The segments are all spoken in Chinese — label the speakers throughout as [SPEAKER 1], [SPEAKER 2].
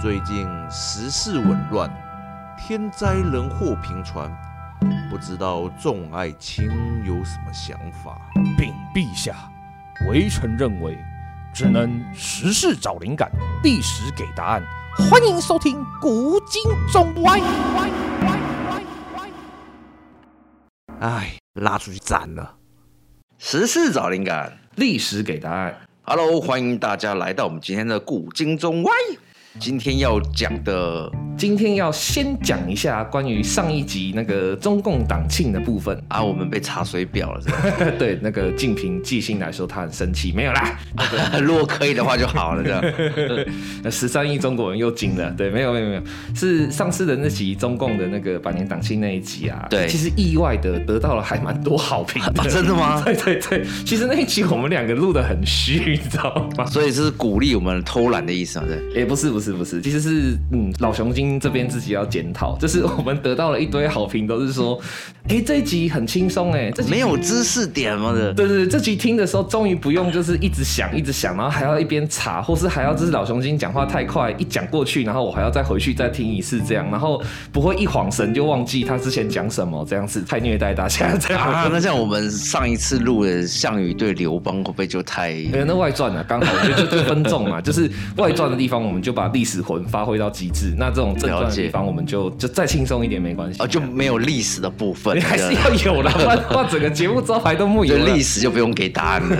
[SPEAKER 1] 最近时事紊乱，天灾人祸频传，不知道众爱卿有什么想法？
[SPEAKER 2] 禀陛下，微臣认为只能时事找灵感，历史给答案。欢迎收听《古今中外》。
[SPEAKER 1] 哎，拉出去斩了！
[SPEAKER 3] 时事找灵感
[SPEAKER 2] 历史给答案。
[SPEAKER 3] ，Hello，欢迎大家来到我们今天的古今中外。今天要讲的，
[SPEAKER 2] 今天要先讲一下关于上一集那个中共党庆的部分。
[SPEAKER 3] 啊，我们被查水表了是吧
[SPEAKER 2] 对，那个静平纪星来说，他很生气，没有啦。
[SPEAKER 3] 如果可以的话就好了，这样。
[SPEAKER 2] 那十三亿中国人又惊了，对，没有没有没有，是上次的那集中共的那个百年党庆那一集啊，
[SPEAKER 3] 对
[SPEAKER 2] 其实意外的得到了还蛮多好评 的、
[SPEAKER 3] 啊真的吗
[SPEAKER 2] 对对对，其实那一集我们两个录的很虚，你知道 吗？
[SPEAKER 3] 所以这是鼓励我们偷懒的意思嘛？对。
[SPEAKER 2] 也、不是不是不是，其实是嗯，老熊精这边自己要检讨，就是我们得到了一堆好评，都是说，哎、这一集很轻松哎，这集
[SPEAKER 3] 没有知识点吗？的，
[SPEAKER 2] 对对对，这集听的时候，终于不用就是一直想一直想，然后还要一边查，或是还要就是老熊精讲话太快，一讲过去，然后我还要再回去再听一次这样，然后不会一晃神就忘记他之前讲什么，这样是太虐待大家这样。
[SPEAKER 3] 啊，那像我们上一次录的项羽对刘邦，会不会就太
[SPEAKER 2] 没有，那外传啊，刚好就就就分众嘛，就是外传的地方，我们就把历史魂发挥到极致。那这种正传
[SPEAKER 3] 了
[SPEAKER 2] 的
[SPEAKER 3] 解
[SPEAKER 2] 地方，我们就就再轻松一点没关系
[SPEAKER 3] 啊就没有历史的部分？
[SPEAKER 2] 还是
[SPEAKER 3] 这样
[SPEAKER 2] 要有啦，啊不然不然整个节目招牌都木有
[SPEAKER 3] 就
[SPEAKER 2] 了。
[SPEAKER 3] 历史就不用给答案 了，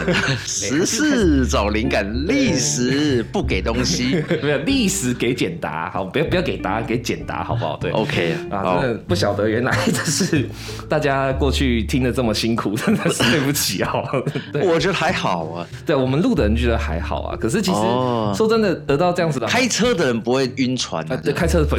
[SPEAKER 3] 时事找灵感，历史不给 东西。
[SPEAKER 2] 没有历史给简答，好，不要不要给答案，给简答好不好？对
[SPEAKER 3] OK，
[SPEAKER 2] 啊，
[SPEAKER 3] 好
[SPEAKER 2] 真的不晓得原来这是大家过去听的这么辛苦，真的是对不起哦。 对，
[SPEAKER 3] 我觉得还好啊，
[SPEAKER 2] 对我们录的人觉得还好啊，可是其实
[SPEAKER 3] 哦
[SPEAKER 2] 说真的，得到这样子的。
[SPEAKER 3] 开车的人不会晕船
[SPEAKER 2] 啊
[SPEAKER 3] 啊，，
[SPEAKER 2] 对，开车的不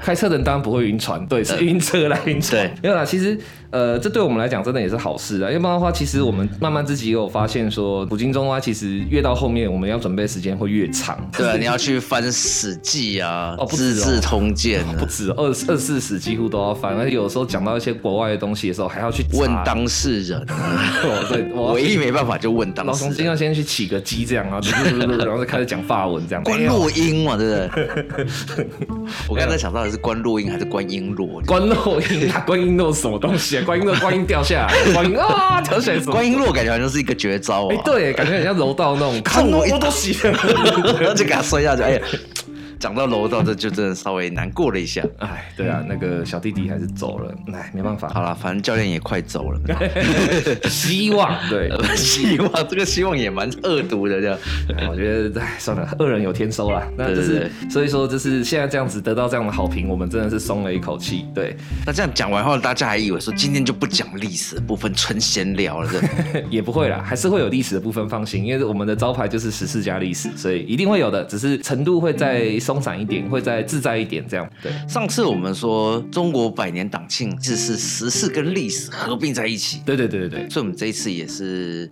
[SPEAKER 2] 开车的人当然不会晕船，对，是晕车来晕船
[SPEAKER 3] 对。
[SPEAKER 2] 没有啦，其实呃，这对我们来讲真的也是好事啊，要不然的话，其实我们慢慢自己也有发现说，古今中外其实越到后面，我们要准备的时间会越长。
[SPEAKER 3] 对啊，你要去翻《史记》啊，
[SPEAKER 2] 哦不止哦哦
[SPEAKER 3] 资治通鉴》
[SPEAKER 2] 不
[SPEAKER 3] 啊，
[SPEAKER 2] 止二二四十几乎都要翻，而且有时候讲到一些国外的东西的时候，还要去查
[SPEAKER 3] 问当事人啊，
[SPEAKER 2] 哦 对，啊 我
[SPEAKER 3] 唯一没办法就问
[SPEAKER 2] 老
[SPEAKER 3] 当事
[SPEAKER 2] 熊今
[SPEAKER 3] 人，啊
[SPEAKER 2] 要先去起个鸡这样，然后然后再开始讲法文这样。哎
[SPEAKER 3] 关
[SPEAKER 2] 没有
[SPEAKER 3] 落英嘛，对不对？ 我刚才想到的是关落英还是关英落？
[SPEAKER 2] 关落音 啊，观音落是什么东西啊？观音落，观音掉下来，观音啊掉下来什么？
[SPEAKER 3] 关英落感觉好像是一个绝招
[SPEAKER 2] 哎
[SPEAKER 3] 啊，，
[SPEAKER 2] 对，感觉很像柔道那种， 看我我都洗了。
[SPEAKER 3] 然后 就给他摔下去，哎呀。讲到楼道，这就真的稍微难过了一下。
[SPEAKER 2] 哎，对啊，那个小弟弟还是走了，哎，没办法，
[SPEAKER 3] 好啦，反正教练也快走了，
[SPEAKER 2] 希望对，
[SPEAKER 3] 希望这个希望也蛮恶毒的，这样。
[SPEAKER 2] 我觉得，哎，算了，恶人有天收啦。那就是，
[SPEAKER 3] 对对
[SPEAKER 2] 所以说，就是现在这样子得到这样的好评，我们真的是松了一口气。 对，
[SPEAKER 3] 那这样讲完后，大家还以为说今天就不讲历史的部分，纯闲聊了，这 样
[SPEAKER 2] 也不会啦，还是会有历史的部分，放心，因为我们的招牌就是十四加历史，所以一定会有的，只是程度会再松散一点，会再自在一点，这样。对，
[SPEAKER 3] 上次我们说中国百年党庆，这是时事跟历史合并在一起，
[SPEAKER 2] 对对对对对，
[SPEAKER 3] 所以我们这一次也是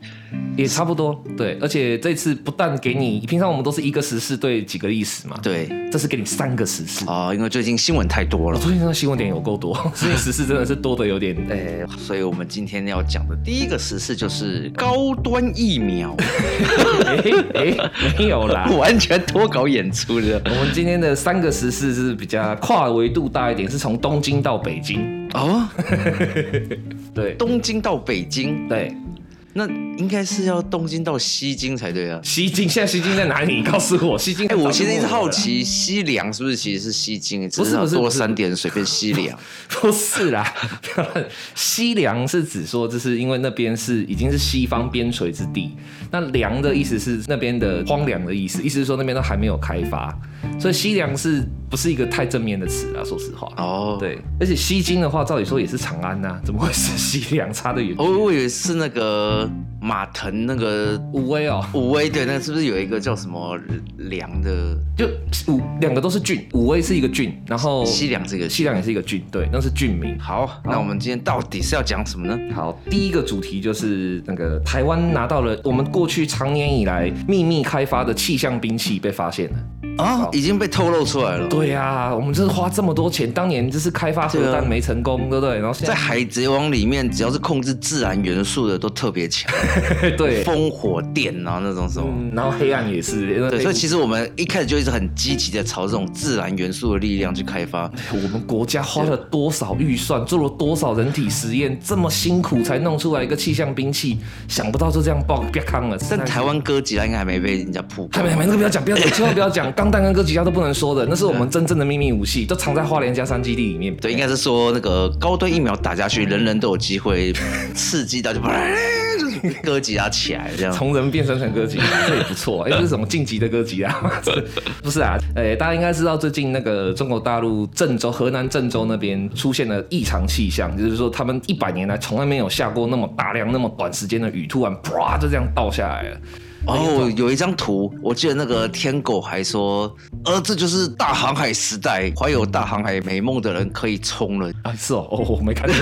[SPEAKER 2] 也差不多。对，而且这次不但给你，平常我们都是一个时事对几个历史嘛，
[SPEAKER 3] 对
[SPEAKER 2] 这次给你三个时事。
[SPEAKER 3] 啊、因为最近新闻太多了，
[SPEAKER 2] 最近那个新闻点有够多，所以时事真的是多的有点，哎、
[SPEAKER 3] 所以我们今天要讲的第一个时事就是高端疫苗，
[SPEAKER 2] 哎、哎没有啦，
[SPEAKER 3] 完全脱稿演出的
[SPEAKER 2] 我们今天的三个时事是比较跨维度大一点，是从东京到北京。
[SPEAKER 3] 哦，
[SPEAKER 2] 对
[SPEAKER 3] 东京到北京，
[SPEAKER 2] 对，
[SPEAKER 3] 那应该是要东京到西京才对啊。
[SPEAKER 2] 西京现在西京在哪里？你告诉 我，西京。
[SPEAKER 3] 哎、我其实一直好，奇，西凉是不是其实是西京？只
[SPEAKER 2] 不是
[SPEAKER 3] 要
[SPEAKER 2] 不是
[SPEAKER 3] 多
[SPEAKER 2] 不是
[SPEAKER 3] 三点水变 西凉。
[SPEAKER 2] 不是啦， 不要乱西凉是指说，就是因为那边是已经是西方边陲之地，那凉的意思是那边的荒凉的意思，意思是说那边都还没有开发，所以西凉是不是一个太正面的词啊？说实话。
[SPEAKER 3] 哦，，
[SPEAKER 2] 对，而且西京的话，照理说也是长安呐、怎么会是西凉差得远？
[SPEAKER 3] 哦，我以为是那个马腾那个
[SPEAKER 2] 武威哦，
[SPEAKER 3] 武威，对，那是不是有一个叫什么凉的？
[SPEAKER 2] 就五两个都是郡，五威是一个郡，然后
[SPEAKER 3] 西凉这个
[SPEAKER 2] 哦西凉也是一个郡，对，那是郡名。
[SPEAKER 3] 好，那我们今天到底是要讲什么呢？
[SPEAKER 2] 好，第一个主题就是那个台湾拿到了我们过去常年以来秘密开发的气象兵器被发现了。
[SPEAKER 3] 啊，已经被透露出来了。
[SPEAKER 2] 对呀、我们就是花这么多钱，当年就是开发核
[SPEAKER 3] 对啊
[SPEAKER 2] 弹没成功，对不对？然后现
[SPEAKER 3] 在
[SPEAKER 2] 在
[SPEAKER 3] 《海贼王》里面，只要是控制自然元素的都特别强，
[SPEAKER 2] 对，
[SPEAKER 3] 风火电啊那种什么。
[SPEAKER 2] 嗯，然后黑暗也是，因为
[SPEAKER 3] 对，所
[SPEAKER 2] 黑
[SPEAKER 3] 以其实我们一开始就一直很积极的朝这种自然元素的力量去开发。
[SPEAKER 2] 我们国家花了多少预算，做了多少人体实验，这么辛苦才弄出来一个气象兵器，想不到就这样爆啪康了。
[SPEAKER 3] 但台湾哥吉拉应该还没被人家曝
[SPEAKER 2] 还
[SPEAKER 3] 光
[SPEAKER 2] 没。还没那个不要讲，不要讲，千万不要讲，钢弹跟哥吉拉都不能说的，那是我们真正的秘密武器，都藏在花莲加山基地里面。
[SPEAKER 3] 对，应该是说那个高端疫苗打下去，人人都有 机会刺激到，就啪就是哥吉拉起来这样。
[SPEAKER 2] 从人变身成哥吉拉，这也不错。哎、这是什么晋级的哥吉拉？这不是啊，哎、大家应该知道，最近那个中国大陆郑州、河南郑州那边出现了异常气象，就是说他们一百年来从来没有下过那么大量、那么短时间的雨，突然啪就这样倒下来了。
[SPEAKER 3] 哦，有一张图，我记得那个天狗还说，呃，这就是大航海时代，怀有大航海美梦的人可以冲了。
[SPEAKER 2] 啊，是哦，哦，我没看到。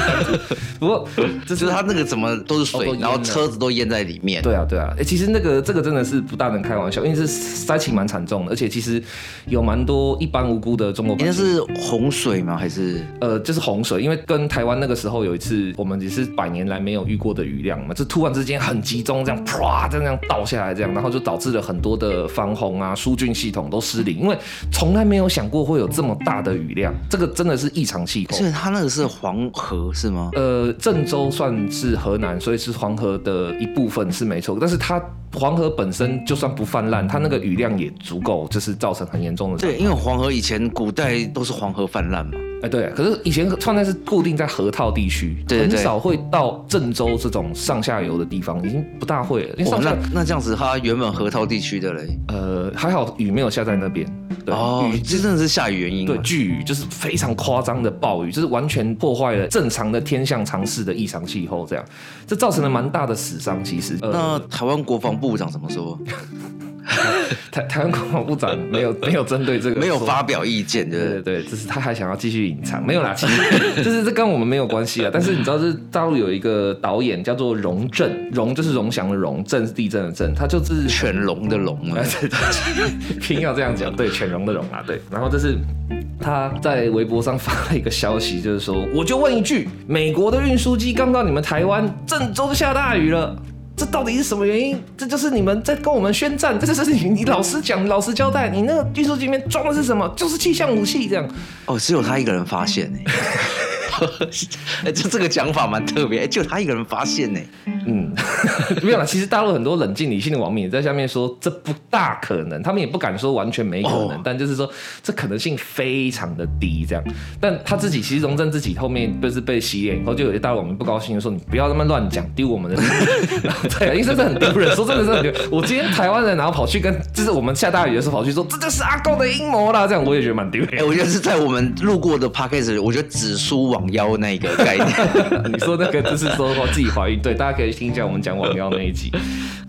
[SPEAKER 2] 不过这
[SPEAKER 3] 就是
[SPEAKER 2] 他。
[SPEAKER 3] 它那个怎么都是水，
[SPEAKER 2] 哦都淹
[SPEAKER 3] 然后
[SPEAKER 2] 了
[SPEAKER 3] 车子都淹在里面。
[SPEAKER 2] 对啊，对啊，哎、其实那个这个真的是不大能开玩笑，因为这灾情蛮惨重的，而且其实有蛮多一般无辜的中国
[SPEAKER 3] 应
[SPEAKER 2] 百
[SPEAKER 3] 该
[SPEAKER 2] 姓。
[SPEAKER 3] 哎是洪水吗？还是
[SPEAKER 2] 呃，就是洪水，因为跟台湾那个时候有一次，我们也是百年来没有遇过的雨量嘛，就突然之间很集中，这样啪，这样倒下来，这样，然后就导致了很多的防洪啊、疏浚系统都失灵，因为从来没有想过会有这么大的雨量，这个真的是异常气候
[SPEAKER 3] 所。以它那个是黄河是吗？
[SPEAKER 2] 呃，郑州算是河南，所以是黄河的一部分是没错。但是它黄河本身就算不泛滥，它那个雨量也足够，就是造成很严重的。
[SPEAKER 3] 对，因为黄河以前古代都是黄河泛滥嘛。
[SPEAKER 2] 哎，对。可是以前创战是固定在河套地区，
[SPEAKER 3] 对对对
[SPEAKER 2] 很少会到郑州这种上下游的地方，已经不大会了。因为
[SPEAKER 3] 哦
[SPEAKER 2] 上，下、
[SPEAKER 3] 那那这样子，它原本河套地区的嘞，
[SPEAKER 2] 呃还好雨没有下在那边，对，
[SPEAKER 3] 哦
[SPEAKER 2] 雨，
[SPEAKER 3] 这真的是下雨原因
[SPEAKER 2] 对
[SPEAKER 3] 啊。
[SPEAKER 2] 巨雨就是非常夸张的暴雨，就是完全破坏了正常的天象常识的异常气候，这样这造成了蛮大的死伤。其实，呃、
[SPEAKER 3] 那台湾国防部长怎么说？
[SPEAKER 2] 台 台湾国防部长没有没有针对这个
[SPEAKER 3] 没有
[SPEAKER 2] 说
[SPEAKER 3] 发。表意见，对
[SPEAKER 2] 对
[SPEAKER 3] 不
[SPEAKER 2] 对
[SPEAKER 3] 对？
[SPEAKER 2] 对，就是他还想要继续隐藏，没有啦，其实 就是这跟我们没有关系啊。但是你知道，就是大陆有一个导演叫做荣震，荣就是荣祥的荣，震是地震的震，他就是
[SPEAKER 3] 犬龙的龙
[SPEAKER 2] 哎
[SPEAKER 3] 啊，
[SPEAKER 2] 偏要这样讲，对，犬戎的戎啊，对。然后就是他在微博上发了一个消息，就是说，我就问一句，美国的运输机刚到你们台湾，郑州就下大雨了。这到底是什么原因？这就是你们在跟我们宣战，这就是你你老实讲，老实交代，你那个运输机里面装的是什么？就是气象武器这样。
[SPEAKER 3] 哦，只有他一个人 发现哎。哎，就这个讲法蛮特别，哎，就他一个人发现呢。
[SPEAKER 2] 嗯， 没有啦。其实大陆很多冷静理性的网民也在下面说，这不大可能，他们也不敢说完全没可能，
[SPEAKER 3] 哦
[SPEAKER 2] 但就是说这可能性非常的低，这样。但他自己其实荣正自己后面不是被洗脸以后，就有些大陆网民不高兴，就说你不要那么乱讲，丢我们的脸。 然后对，因为真的很丢人，说真的是很丢人。我今天台湾人，然后跑去跟，就是我们下大雨的时候跑去说，这就是阿公的阴谋啦，这样我也觉得蛮丢
[SPEAKER 3] 哎、
[SPEAKER 2] 脸。
[SPEAKER 3] 我觉得是在我们路过的 p a c k a g e 我觉得紫苏网腰那一个 概念。啊
[SPEAKER 2] 你说那个就是说哦自己怀孕，对，大家可以听一下我们讲网妖那一集。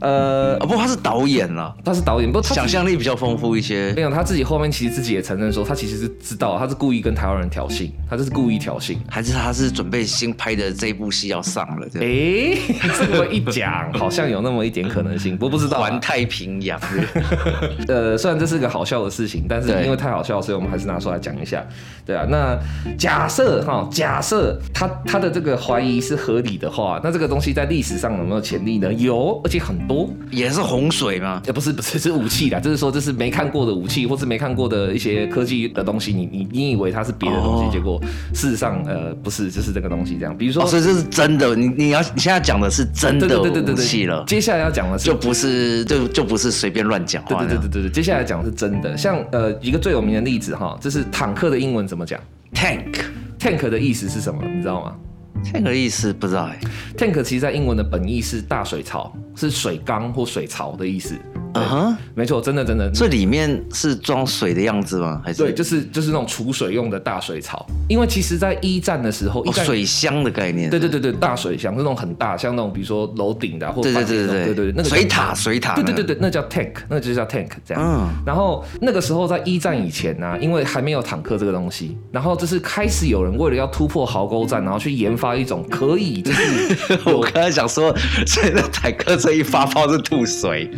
[SPEAKER 2] 呃
[SPEAKER 3] 啊，，不过他是导演啦，
[SPEAKER 2] 他是导演，不过他
[SPEAKER 3] 想象力比较丰富一
[SPEAKER 2] 没
[SPEAKER 3] 些。
[SPEAKER 2] 有，他自己后面其实自己也承认说，他其实是知道，他是故意跟台湾人挑衅，他就是故意挑衅。
[SPEAKER 3] 还是他是准备新拍的这一部戏要上了，这样
[SPEAKER 2] 诶， 这么一讲，好像有那么一点可能性，不过不知道啊、
[SPEAKER 3] 环太平洋。
[SPEAKER 2] 呃，虽然这是个好笑的事情，但是
[SPEAKER 3] 对
[SPEAKER 2] 因为太好笑了，所以我们还是拿出来讲一下。对啊，那假设哈，假设他他的这个怀疑是合理的话，那这个东西在历史上有没有潜力呢？有，而且很多。
[SPEAKER 3] 也是洪水吗？
[SPEAKER 2] 呃，不是不 是是武器啦，就是说这是没看过的武器，或是没看过的一些科技的东西，你你你以为它是别的东西，
[SPEAKER 3] 哦
[SPEAKER 2] 结果事实上呃不是，就是这个东西这样。比如说，
[SPEAKER 3] 哦，所以这是真的。你你要你现在讲的是真
[SPEAKER 2] 对
[SPEAKER 3] 的
[SPEAKER 2] 对对对
[SPEAKER 3] 武
[SPEAKER 2] 对
[SPEAKER 3] 器
[SPEAKER 2] 对
[SPEAKER 3] 了，，
[SPEAKER 2] 接下来要讲的是
[SPEAKER 3] 就不是就就不是随便乱讲
[SPEAKER 2] 对
[SPEAKER 3] 话
[SPEAKER 2] 对
[SPEAKER 3] 的。
[SPEAKER 2] 对对对对，接下来讲的是真的。像呃一个最有名的例子哈，就是坦克的英文怎么讲
[SPEAKER 3] Tank
[SPEAKER 2] ？tank 的意思是什么？你知道吗
[SPEAKER 3] tank 的意思不知道哎、
[SPEAKER 2] ？tank 其实在英文的本意是大水槽，是水缸或水槽的意思。对
[SPEAKER 3] 嗯哼，
[SPEAKER 2] 没错，真的真的，
[SPEAKER 3] 所以里面是装水的样子吗？还是
[SPEAKER 2] 对，就是就是那种储水用的大水槽。因为其实，在一战的时候，一
[SPEAKER 3] 哦、
[SPEAKER 2] 战、
[SPEAKER 3] 水箱的概念？
[SPEAKER 2] 对对对对，大水箱是那种很大，像那种比如说楼顶的啊或
[SPEAKER 3] 对对
[SPEAKER 2] 半
[SPEAKER 3] 对对
[SPEAKER 2] 地那种对对，那个叫
[SPEAKER 3] 水塔水塔那
[SPEAKER 2] 对
[SPEAKER 3] 个。
[SPEAKER 2] 对对对，那叫 tank，那就叫 tank 这样。
[SPEAKER 3] 嗯
[SPEAKER 2] 然后那个时候在一战以前呢、因为还没有坦克这个东西，然后就是开始有人为了要突破壕沟战，然后去研发一种可以就是
[SPEAKER 3] 我刚才想说，所以那坦克这一发炮是吐水，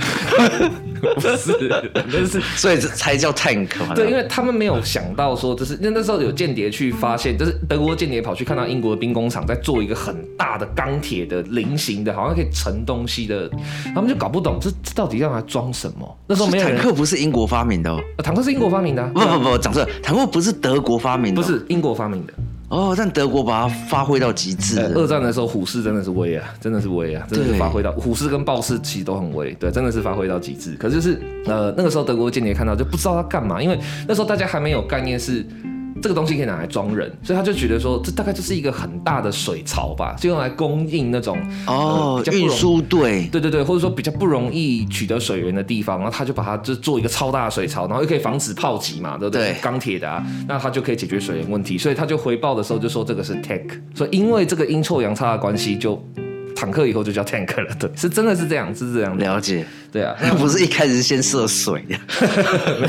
[SPEAKER 2] 不 是，但是
[SPEAKER 3] 所以这才叫 tank 嘛。
[SPEAKER 2] 对，因为他们没有想到说，就是那那时候有间谍去发现，就是德国间谍跑去看到英国的兵工厂在做一个很大的钢铁的菱形的，好像可以盛东西的，他们就搞不懂这这到底让它装什么。那时候没有
[SPEAKER 3] 坦
[SPEAKER 2] 人，
[SPEAKER 3] 克不是英国发明的哦，
[SPEAKER 2] 呃坦克是英国发明的啊、
[SPEAKER 3] 不不不，讲错了，坦克不是德国发明的
[SPEAKER 2] 不
[SPEAKER 3] 哦，
[SPEAKER 2] 是英国发明的。
[SPEAKER 3] 哦，但德国把它发挥到极致
[SPEAKER 2] 呃
[SPEAKER 3] 了。
[SPEAKER 2] 二战的时候，虎式真的是威啊，真的是威啊，真的是
[SPEAKER 3] 对
[SPEAKER 2] 发挥到虎式跟豹式其实都很威，对，真的是发挥到极致。可是就是呃那个时候德国间谍看到就不知道他干嘛，因为那时候大家还没有概念是。这个东西可以拿来装人，所以他就觉得说，这大概就是一个很大的水槽吧，就用来供应那种
[SPEAKER 3] 哦
[SPEAKER 2] 呃，比较不
[SPEAKER 3] 运
[SPEAKER 2] 容
[SPEAKER 3] 输队
[SPEAKER 2] 对对对，或者说比较不容易取得水源的地方，然后他就把它就做一个超大的水槽，然后又可以防止炮击嘛，对不对？
[SPEAKER 3] 对
[SPEAKER 2] 钢铁的啊，那他就可以解决水源问题，所以他就回报的时候就说这个是 tank，所以因为这个阴错阳差的关系就。坦克以后就叫 tank 了，对，是真的是这样，是这样的，
[SPEAKER 3] 了解，
[SPEAKER 2] 对啊，
[SPEAKER 3] 不是一开始先射水的，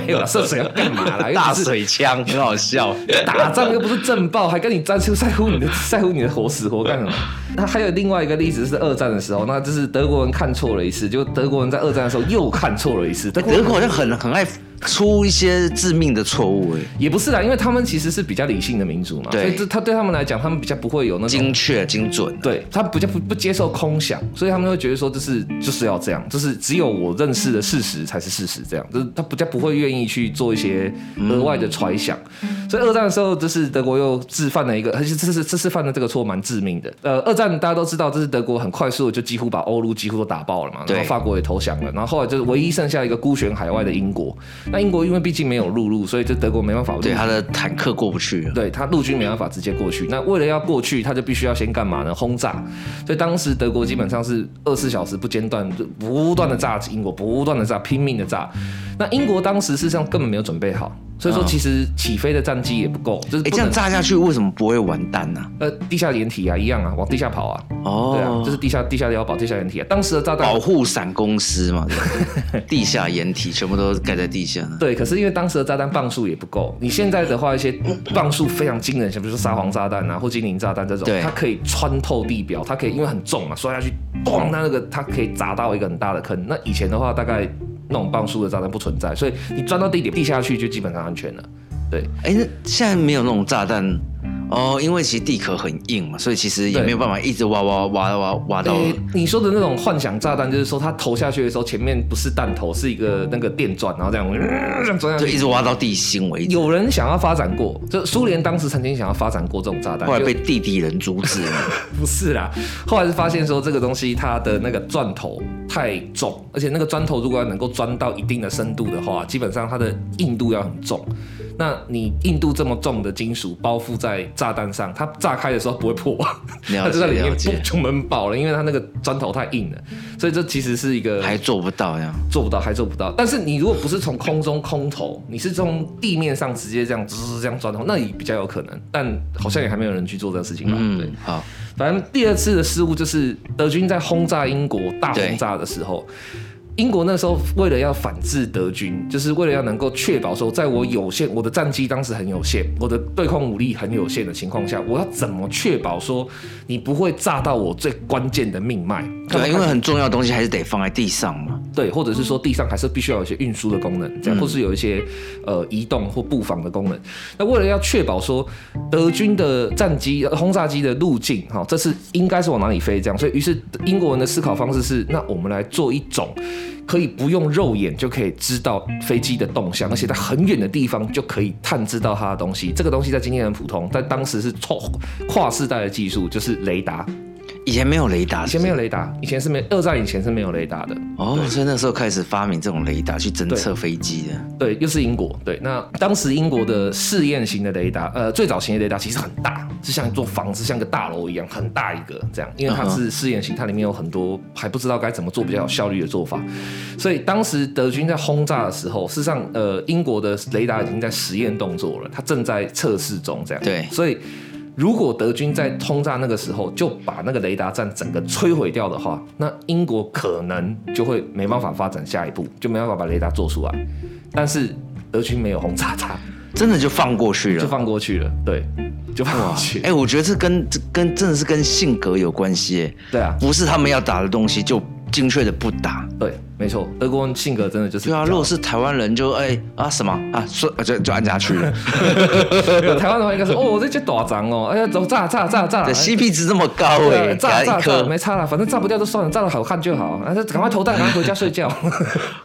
[SPEAKER 2] 没有了，射水要干嘛哎 啦？又不是
[SPEAKER 3] 大水枪很好笑。
[SPEAKER 2] 打仗又不是震爆，还跟你战术在乎你的在乎你的活死活干什么？那还有另外一个例子是二战的时候，那就是德国人看错了一次，就德国人在二战的时候又看错了一次。德国
[SPEAKER 3] 德
[SPEAKER 2] 人
[SPEAKER 3] 国好像很很爱出一些致命的错误，哎，
[SPEAKER 2] 也不是啦，因为他们其实是比较理性的民族嘛，
[SPEAKER 3] 对
[SPEAKER 2] 所以这他对他们来讲，他们比较不会有那种。
[SPEAKER 3] 精确精准。
[SPEAKER 2] 对他比较不不接受空想，所以他们会觉得说这是就是要这样，就是只有我认识的事实才是事实，这样就是他比较不会愿意去做一些
[SPEAKER 3] 嗯
[SPEAKER 2] 额外的揣想。所以二战的时候，就是德国又自犯了一个，而且这是这次犯的这个错蛮致命的。呃，二战大家都知道，这是德国很快速地就几乎把欧陆几乎都打爆了嘛，然
[SPEAKER 3] 对
[SPEAKER 2] 后法国也投降了，然后后来就是唯一剩下一个孤悬海外的英国。那英国因为毕竟没有陆路，所以就德国没办法入
[SPEAKER 3] 对，他的坦克过不去了。
[SPEAKER 2] 对他陆军没办法直接过去，那为了要过去，他就必须要先干嘛呢？轰炸。所以当时德国基本上是二十四小时不间断，就不断的炸英国，不断的炸，拼命的炸。那英国当时事实上根本没有准备好，所以说
[SPEAKER 3] 嗯
[SPEAKER 2] 其实起飞的战机也不够，就是不
[SPEAKER 3] 哎，这样
[SPEAKER 2] 能
[SPEAKER 3] 炸下去为什么不会完蛋呢？
[SPEAKER 2] 呃地下掩体啊一样啊，往地下跑啊，对啊，这
[SPEAKER 3] 哦
[SPEAKER 2] 是，地下地下碉堡、地下掩体啊。当时的炸弹
[SPEAKER 3] 保护伞公司 嘛，对地下掩体全部都盖在地下。
[SPEAKER 2] 对，可是因为当时的炸弹磅数也不够，
[SPEAKER 3] 嗯
[SPEAKER 2] 你现在的话，一些磅数非常惊人，像比如说沙皇炸弹啊，或精灵炸弹这种
[SPEAKER 3] 对，
[SPEAKER 2] 它可以穿透地表，它可以因为很重嘛，摔下去，咣，它那个它可以砸到一个很大的坑。那以前的话，大概那种磅数的炸弹不存在，所以你钻到地底地下去就基本上安全了。对，
[SPEAKER 3] 哎，那现在没有那种炸弹哦，因为其实地壳很硬嘛，所以其实也
[SPEAKER 2] 对
[SPEAKER 3] 没有办法一直挖挖挖挖挖到。
[SPEAKER 2] 诶你说的那种幻想炸弹，就是说它投下去的时候，前面不是弹头，是一个那个电钻，然后这样、呃这样钻下
[SPEAKER 3] 就
[SPEAKER 2] 去。
[SPEAKER 3] 一直挖到地心为止。
[SPEAKER 2] 有人想要发展过，就苏联当时曾经想要发展过这种炸弹，
[SPEAKER 3] 后来
[SPEAKER 2] 就
[SPEAKER 3] 被地底人阻 止了。
[SPEAKER 2] 不是啦，后来是发现说这个东西它的那个钻头太重，而且那个钻头如果要能够钻到一定的深度的话，基本上它的硬度要很重。那你硬度这么重的金属包覆在炸弹上，它炸开的时候不会破，
[SPEAKER 3] 解
[SPEAKER 2] 它就在里面
[SPEAKER 3] 了解
[SPEAKER 2] 嘣就闷爆了，因为它那个砖头太硬了，所以这其实是一个
[SPEAKER 3] 还做不到呀？
[SPEAKER 2] 做不到，还做不到。但是你如果不是从空中空投，你是从地面上直接这样滋这样钻头，那你比较有可能，但好像也还没有人去做这个事情吧？对
[SPEAKER 3] 嗯，。好，
[SPEAKER 2] 反正第二次的失误就是德军在轰炸英国大轰炸的时候，英国那时候为了要反制德军，就是为了要能够确保说，在我有限我的战机当时很有限，我的对空武力很有限的情况下，我要怎么确保说你不会炸到我最关键的命脉？
[SPEAKER 3] 对啊，因为很重要的东西还是得放在地上嘛。
[SPEAKER 2] 对，或者是说地上还是必须要有一些运输的功能，这样，或是有一些呃移动或布防的功能。那为了要确保说德军的战机、呃轰炸机的路径，哈、这次应该是往哪里飞，这样，所以于是英国人的思考方式是，那我们来做一种。可以不用肉眼就可以知道飞机的动向，而且在很远的地方就可以探知到它的东西。这个东西在今天很普通，但当时是跨跨世代的技术，就是雷达。
[SPEAKER 3] 以前没有雷达，
[SPEAKER 2] 以前没
[SPEAKER 3] 有
[SPEAKER 2] 有雷达，以前是没二战以前是没有雷达的。
[SPEAKER 3] 哦，所以那时候开始发明这种雷达去侦测飞机的。
[SPEAKER 2] 对，又是英国。对，那当时英国的试验型的雷达，呃，最早型的雷达其实很大，是像一座房子，像个大楼一样，很大一个这样。因为它是试验型，它里面有很多还不知道该怎么做比较有效率的做法。所以当时德军在轰炸的时候，事实上，呃，英国的雷达已经在实验动作了，它正在测试中这样。
[SPEAKER 3] 对
[SPEAKER 2] 所以。如果德军在轰炸那个时候就把那个雷达站整个摧毁掉的话，那英国可能就会没办法发展下一步，就没办法把雷达做出来。但是德军没有轰炸他，
[SPEAKER 3] 真的就放过去
[SPEAKER 2] 就
[SPEAKER 3] 了。
[SPEAKER 2] 放过去了，对，就放过去。
[SPEAKER 3] 哎、我觉得这跟这跟真的是跟性格有关系耶，
[SPEAKER 2] 对啊，
[SPEAKER 3] 不是他们要打的东西就精确的不打，
[SPEAKER 2] 对，没没错，德国人性格真的就是
[SPEAKER 3] 对啊，
[SPEAKER 2] 比较
[SPEAKER 3] 如果是台湾人就哎啊什么啊，说就就按下去 了。
[SPEAKER 2] 有台湾的话应该是哦，我这就大张哦，哎呀，走炸炸炸炸
[SPEAKER 3] 对，CP 值这么 高
[SPEAKER 2] 对
[SPEAKER 3] 哎、
[SPEAKER 2] 啊
[SPEAKER 3] 欸，
[SPEAKER 2] 炸
[SPEAKER 3] 给他
[SPEAKER 2] 炸炸，
[SPEAKER 3] 一颗
[SPEAKER 2] 没差了，反正炸不掉就算了，炸的好看就好。啊，这赶快投弹，赶快回家睡觉。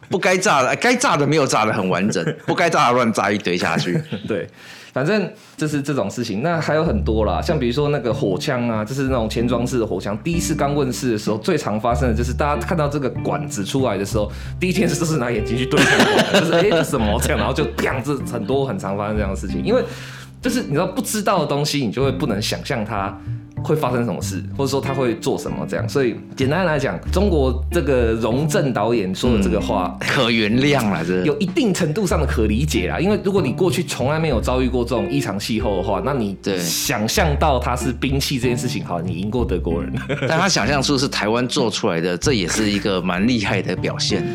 [SPEAKER 3] 不该炸的，哎该炸的没有炸的很完整，不该炸的乱炸一堆下去。
[SPEAKER 2] 对，反正就是这种事情。那还有很多啦，像比如说那个火枪啊，就是那种前装式的火枪。第一次刚问世的时候，最常发生的就是大家看到这个管子出来的时候，第一件事就是拿眼睛去对着管，就是哎、 诶这什么这样，然后就砰，这很多很常发生这样的事情。因为就是你知道不知道的东西，你就会不能想象它。会发生什么事，或者说他会做什么这样，所以简单来讲，中国这个荣正导演说的这个话，
[SPEAKER 3] 可原谅了，这
[SPEAKER 2] 有一定程度上的可理解啦，因为如果你过去从来没有遭遇过这种异常气候的话，那你
[SPEAKER 3] 对
[SPEAKER 2] 想象到它是兵器这件事情，好，你赢过德国人，
[SPEAKER 3] 但他想象出是台湾做出来的，这也是一个蛮厉害的表现。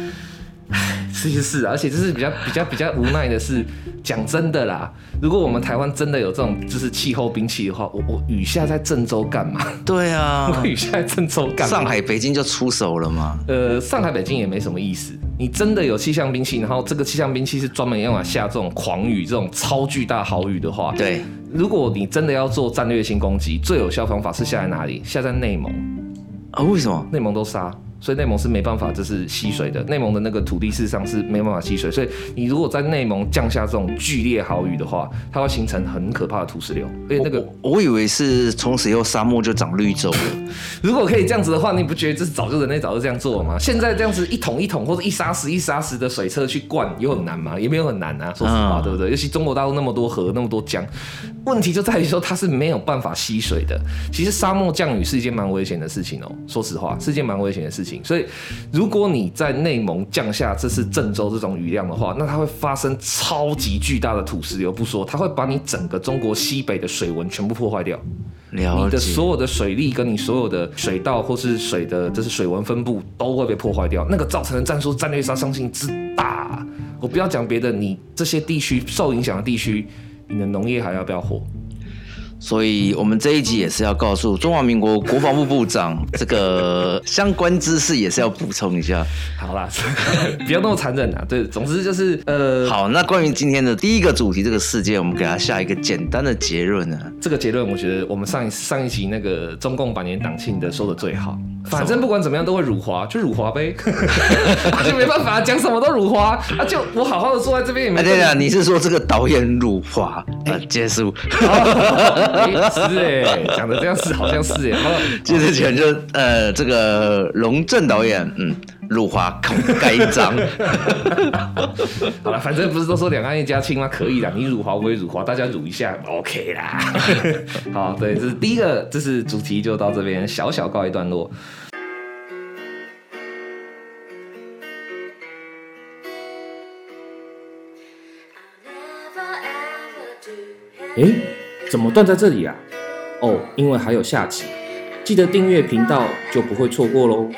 [SPEAKER 2] 其实是啊，而且就是比较比较比较无奈的是，讲真的啦，如果我们台湾真的有这种就是气候兵器的话，我我雨下在郑州干嘛？
[SPEAKER 3] 对 啊
[SPEAKER 2] 我，雨下在郑州干嘛？
[SPEAKER 3] 上海、北京就出手了嘛。
[SPEAKER 2] 呃，上海、北京也没什么意思。你真的有气象兵器，然后这个气象兵器是专门用来下这种狂雨、这种超巨大豪雨的话，
[SPEAKER 3] 对，
[SPEAKER 2] 如果你真的要做战略性攻击，最有效方法是下在哪里？下在内蒙，
[SPEAKER 3] 啊，为什么？
[SPEAKER 2] 内蒙都沙，所以内蒙是没办法就是吸水的，内蒙的那个土地事实上是没办法吸水，所以你如果在内蒙降下这种剧烈豪雨的话，它会形成很可怕的土石流，而且那个
[SPEAKER 3] 我我以为是从此以后沙漠就长绿洲了。
[SPEAKER 2] 如果可以这样子的话，你不觉得这是早就人类早就这样做了吗？现在这样子一桶一桶或者一沙石一沙石的水车去灌，有很难吗？也没有很难啊，说实话，
[SPEAKER 3] 嗯
[SPEAKER 2] 对不对？尤其中国大陆那么多河，那么多江，问题就在于说它是没有办法吸水的。其实沙漠降雨是一件蛮危险的事情哦，说实话，是一件蛮危险的事情。所以，如果你在内蒙降下这次郑州这种雨量的话，那它会发生超级巨大的土石流不说，它会把你整个中国西北的水文全部破坏掉。
[SPEAKER 3] 了
[SPEAKER 2] 你的
[SPEAKER 3] 解，
[SPEAKER 2] 所有的水利跟你所有的水道或是水的，就是水文分布都会被破坏掉，那个造成的战术战略杀伤性之大。我不要讲别的，你这些地区受影响的地区，你的农业还要不要活？
[SPEAKER 3] 所以我们这一集也是要告诉中华民国国防部部长，这个相关知识也是要补充一下。
[SPEAKER 2] 好啦， 不要那么残忍啊。对，总之就是呃，
[SPEAKER 3] 好，那关于今天的第一个主题，这个世界，我们给它下一个简单的结论啊呢。
[SPEAKER 2] 这个结论我觉得我们上一上一集那个中共百年党庆的说的最好。反正不管怎么样都会辱华，就辱华呗， 啊就没办法，讲什么都辱华啊！就我好好的坐在这边也没
[SPEAKER 3] 哎，
[SPEAKER 2] 办法。
[SPEAKER 3] 对了，你是说这个导演辱华？呃，结束，
[SPEAKER 2] 哎是哎，讲的这样是好像是哎，
[SPEAKER 3] 接着讲就呃，这个龙正导演，嗯，辱华恐盖章。
[SPEAKER 2] 好了，反正不是都说两岸一家亲吗？可以啦，你辱华我也辱华，大家辱一下，OK 啦。好，对，这是第一个，这是主题就到这边小小告一段落。诶，怎么断在这里啊？哦，因为还有下集，记得订阅频道就不会错过喽。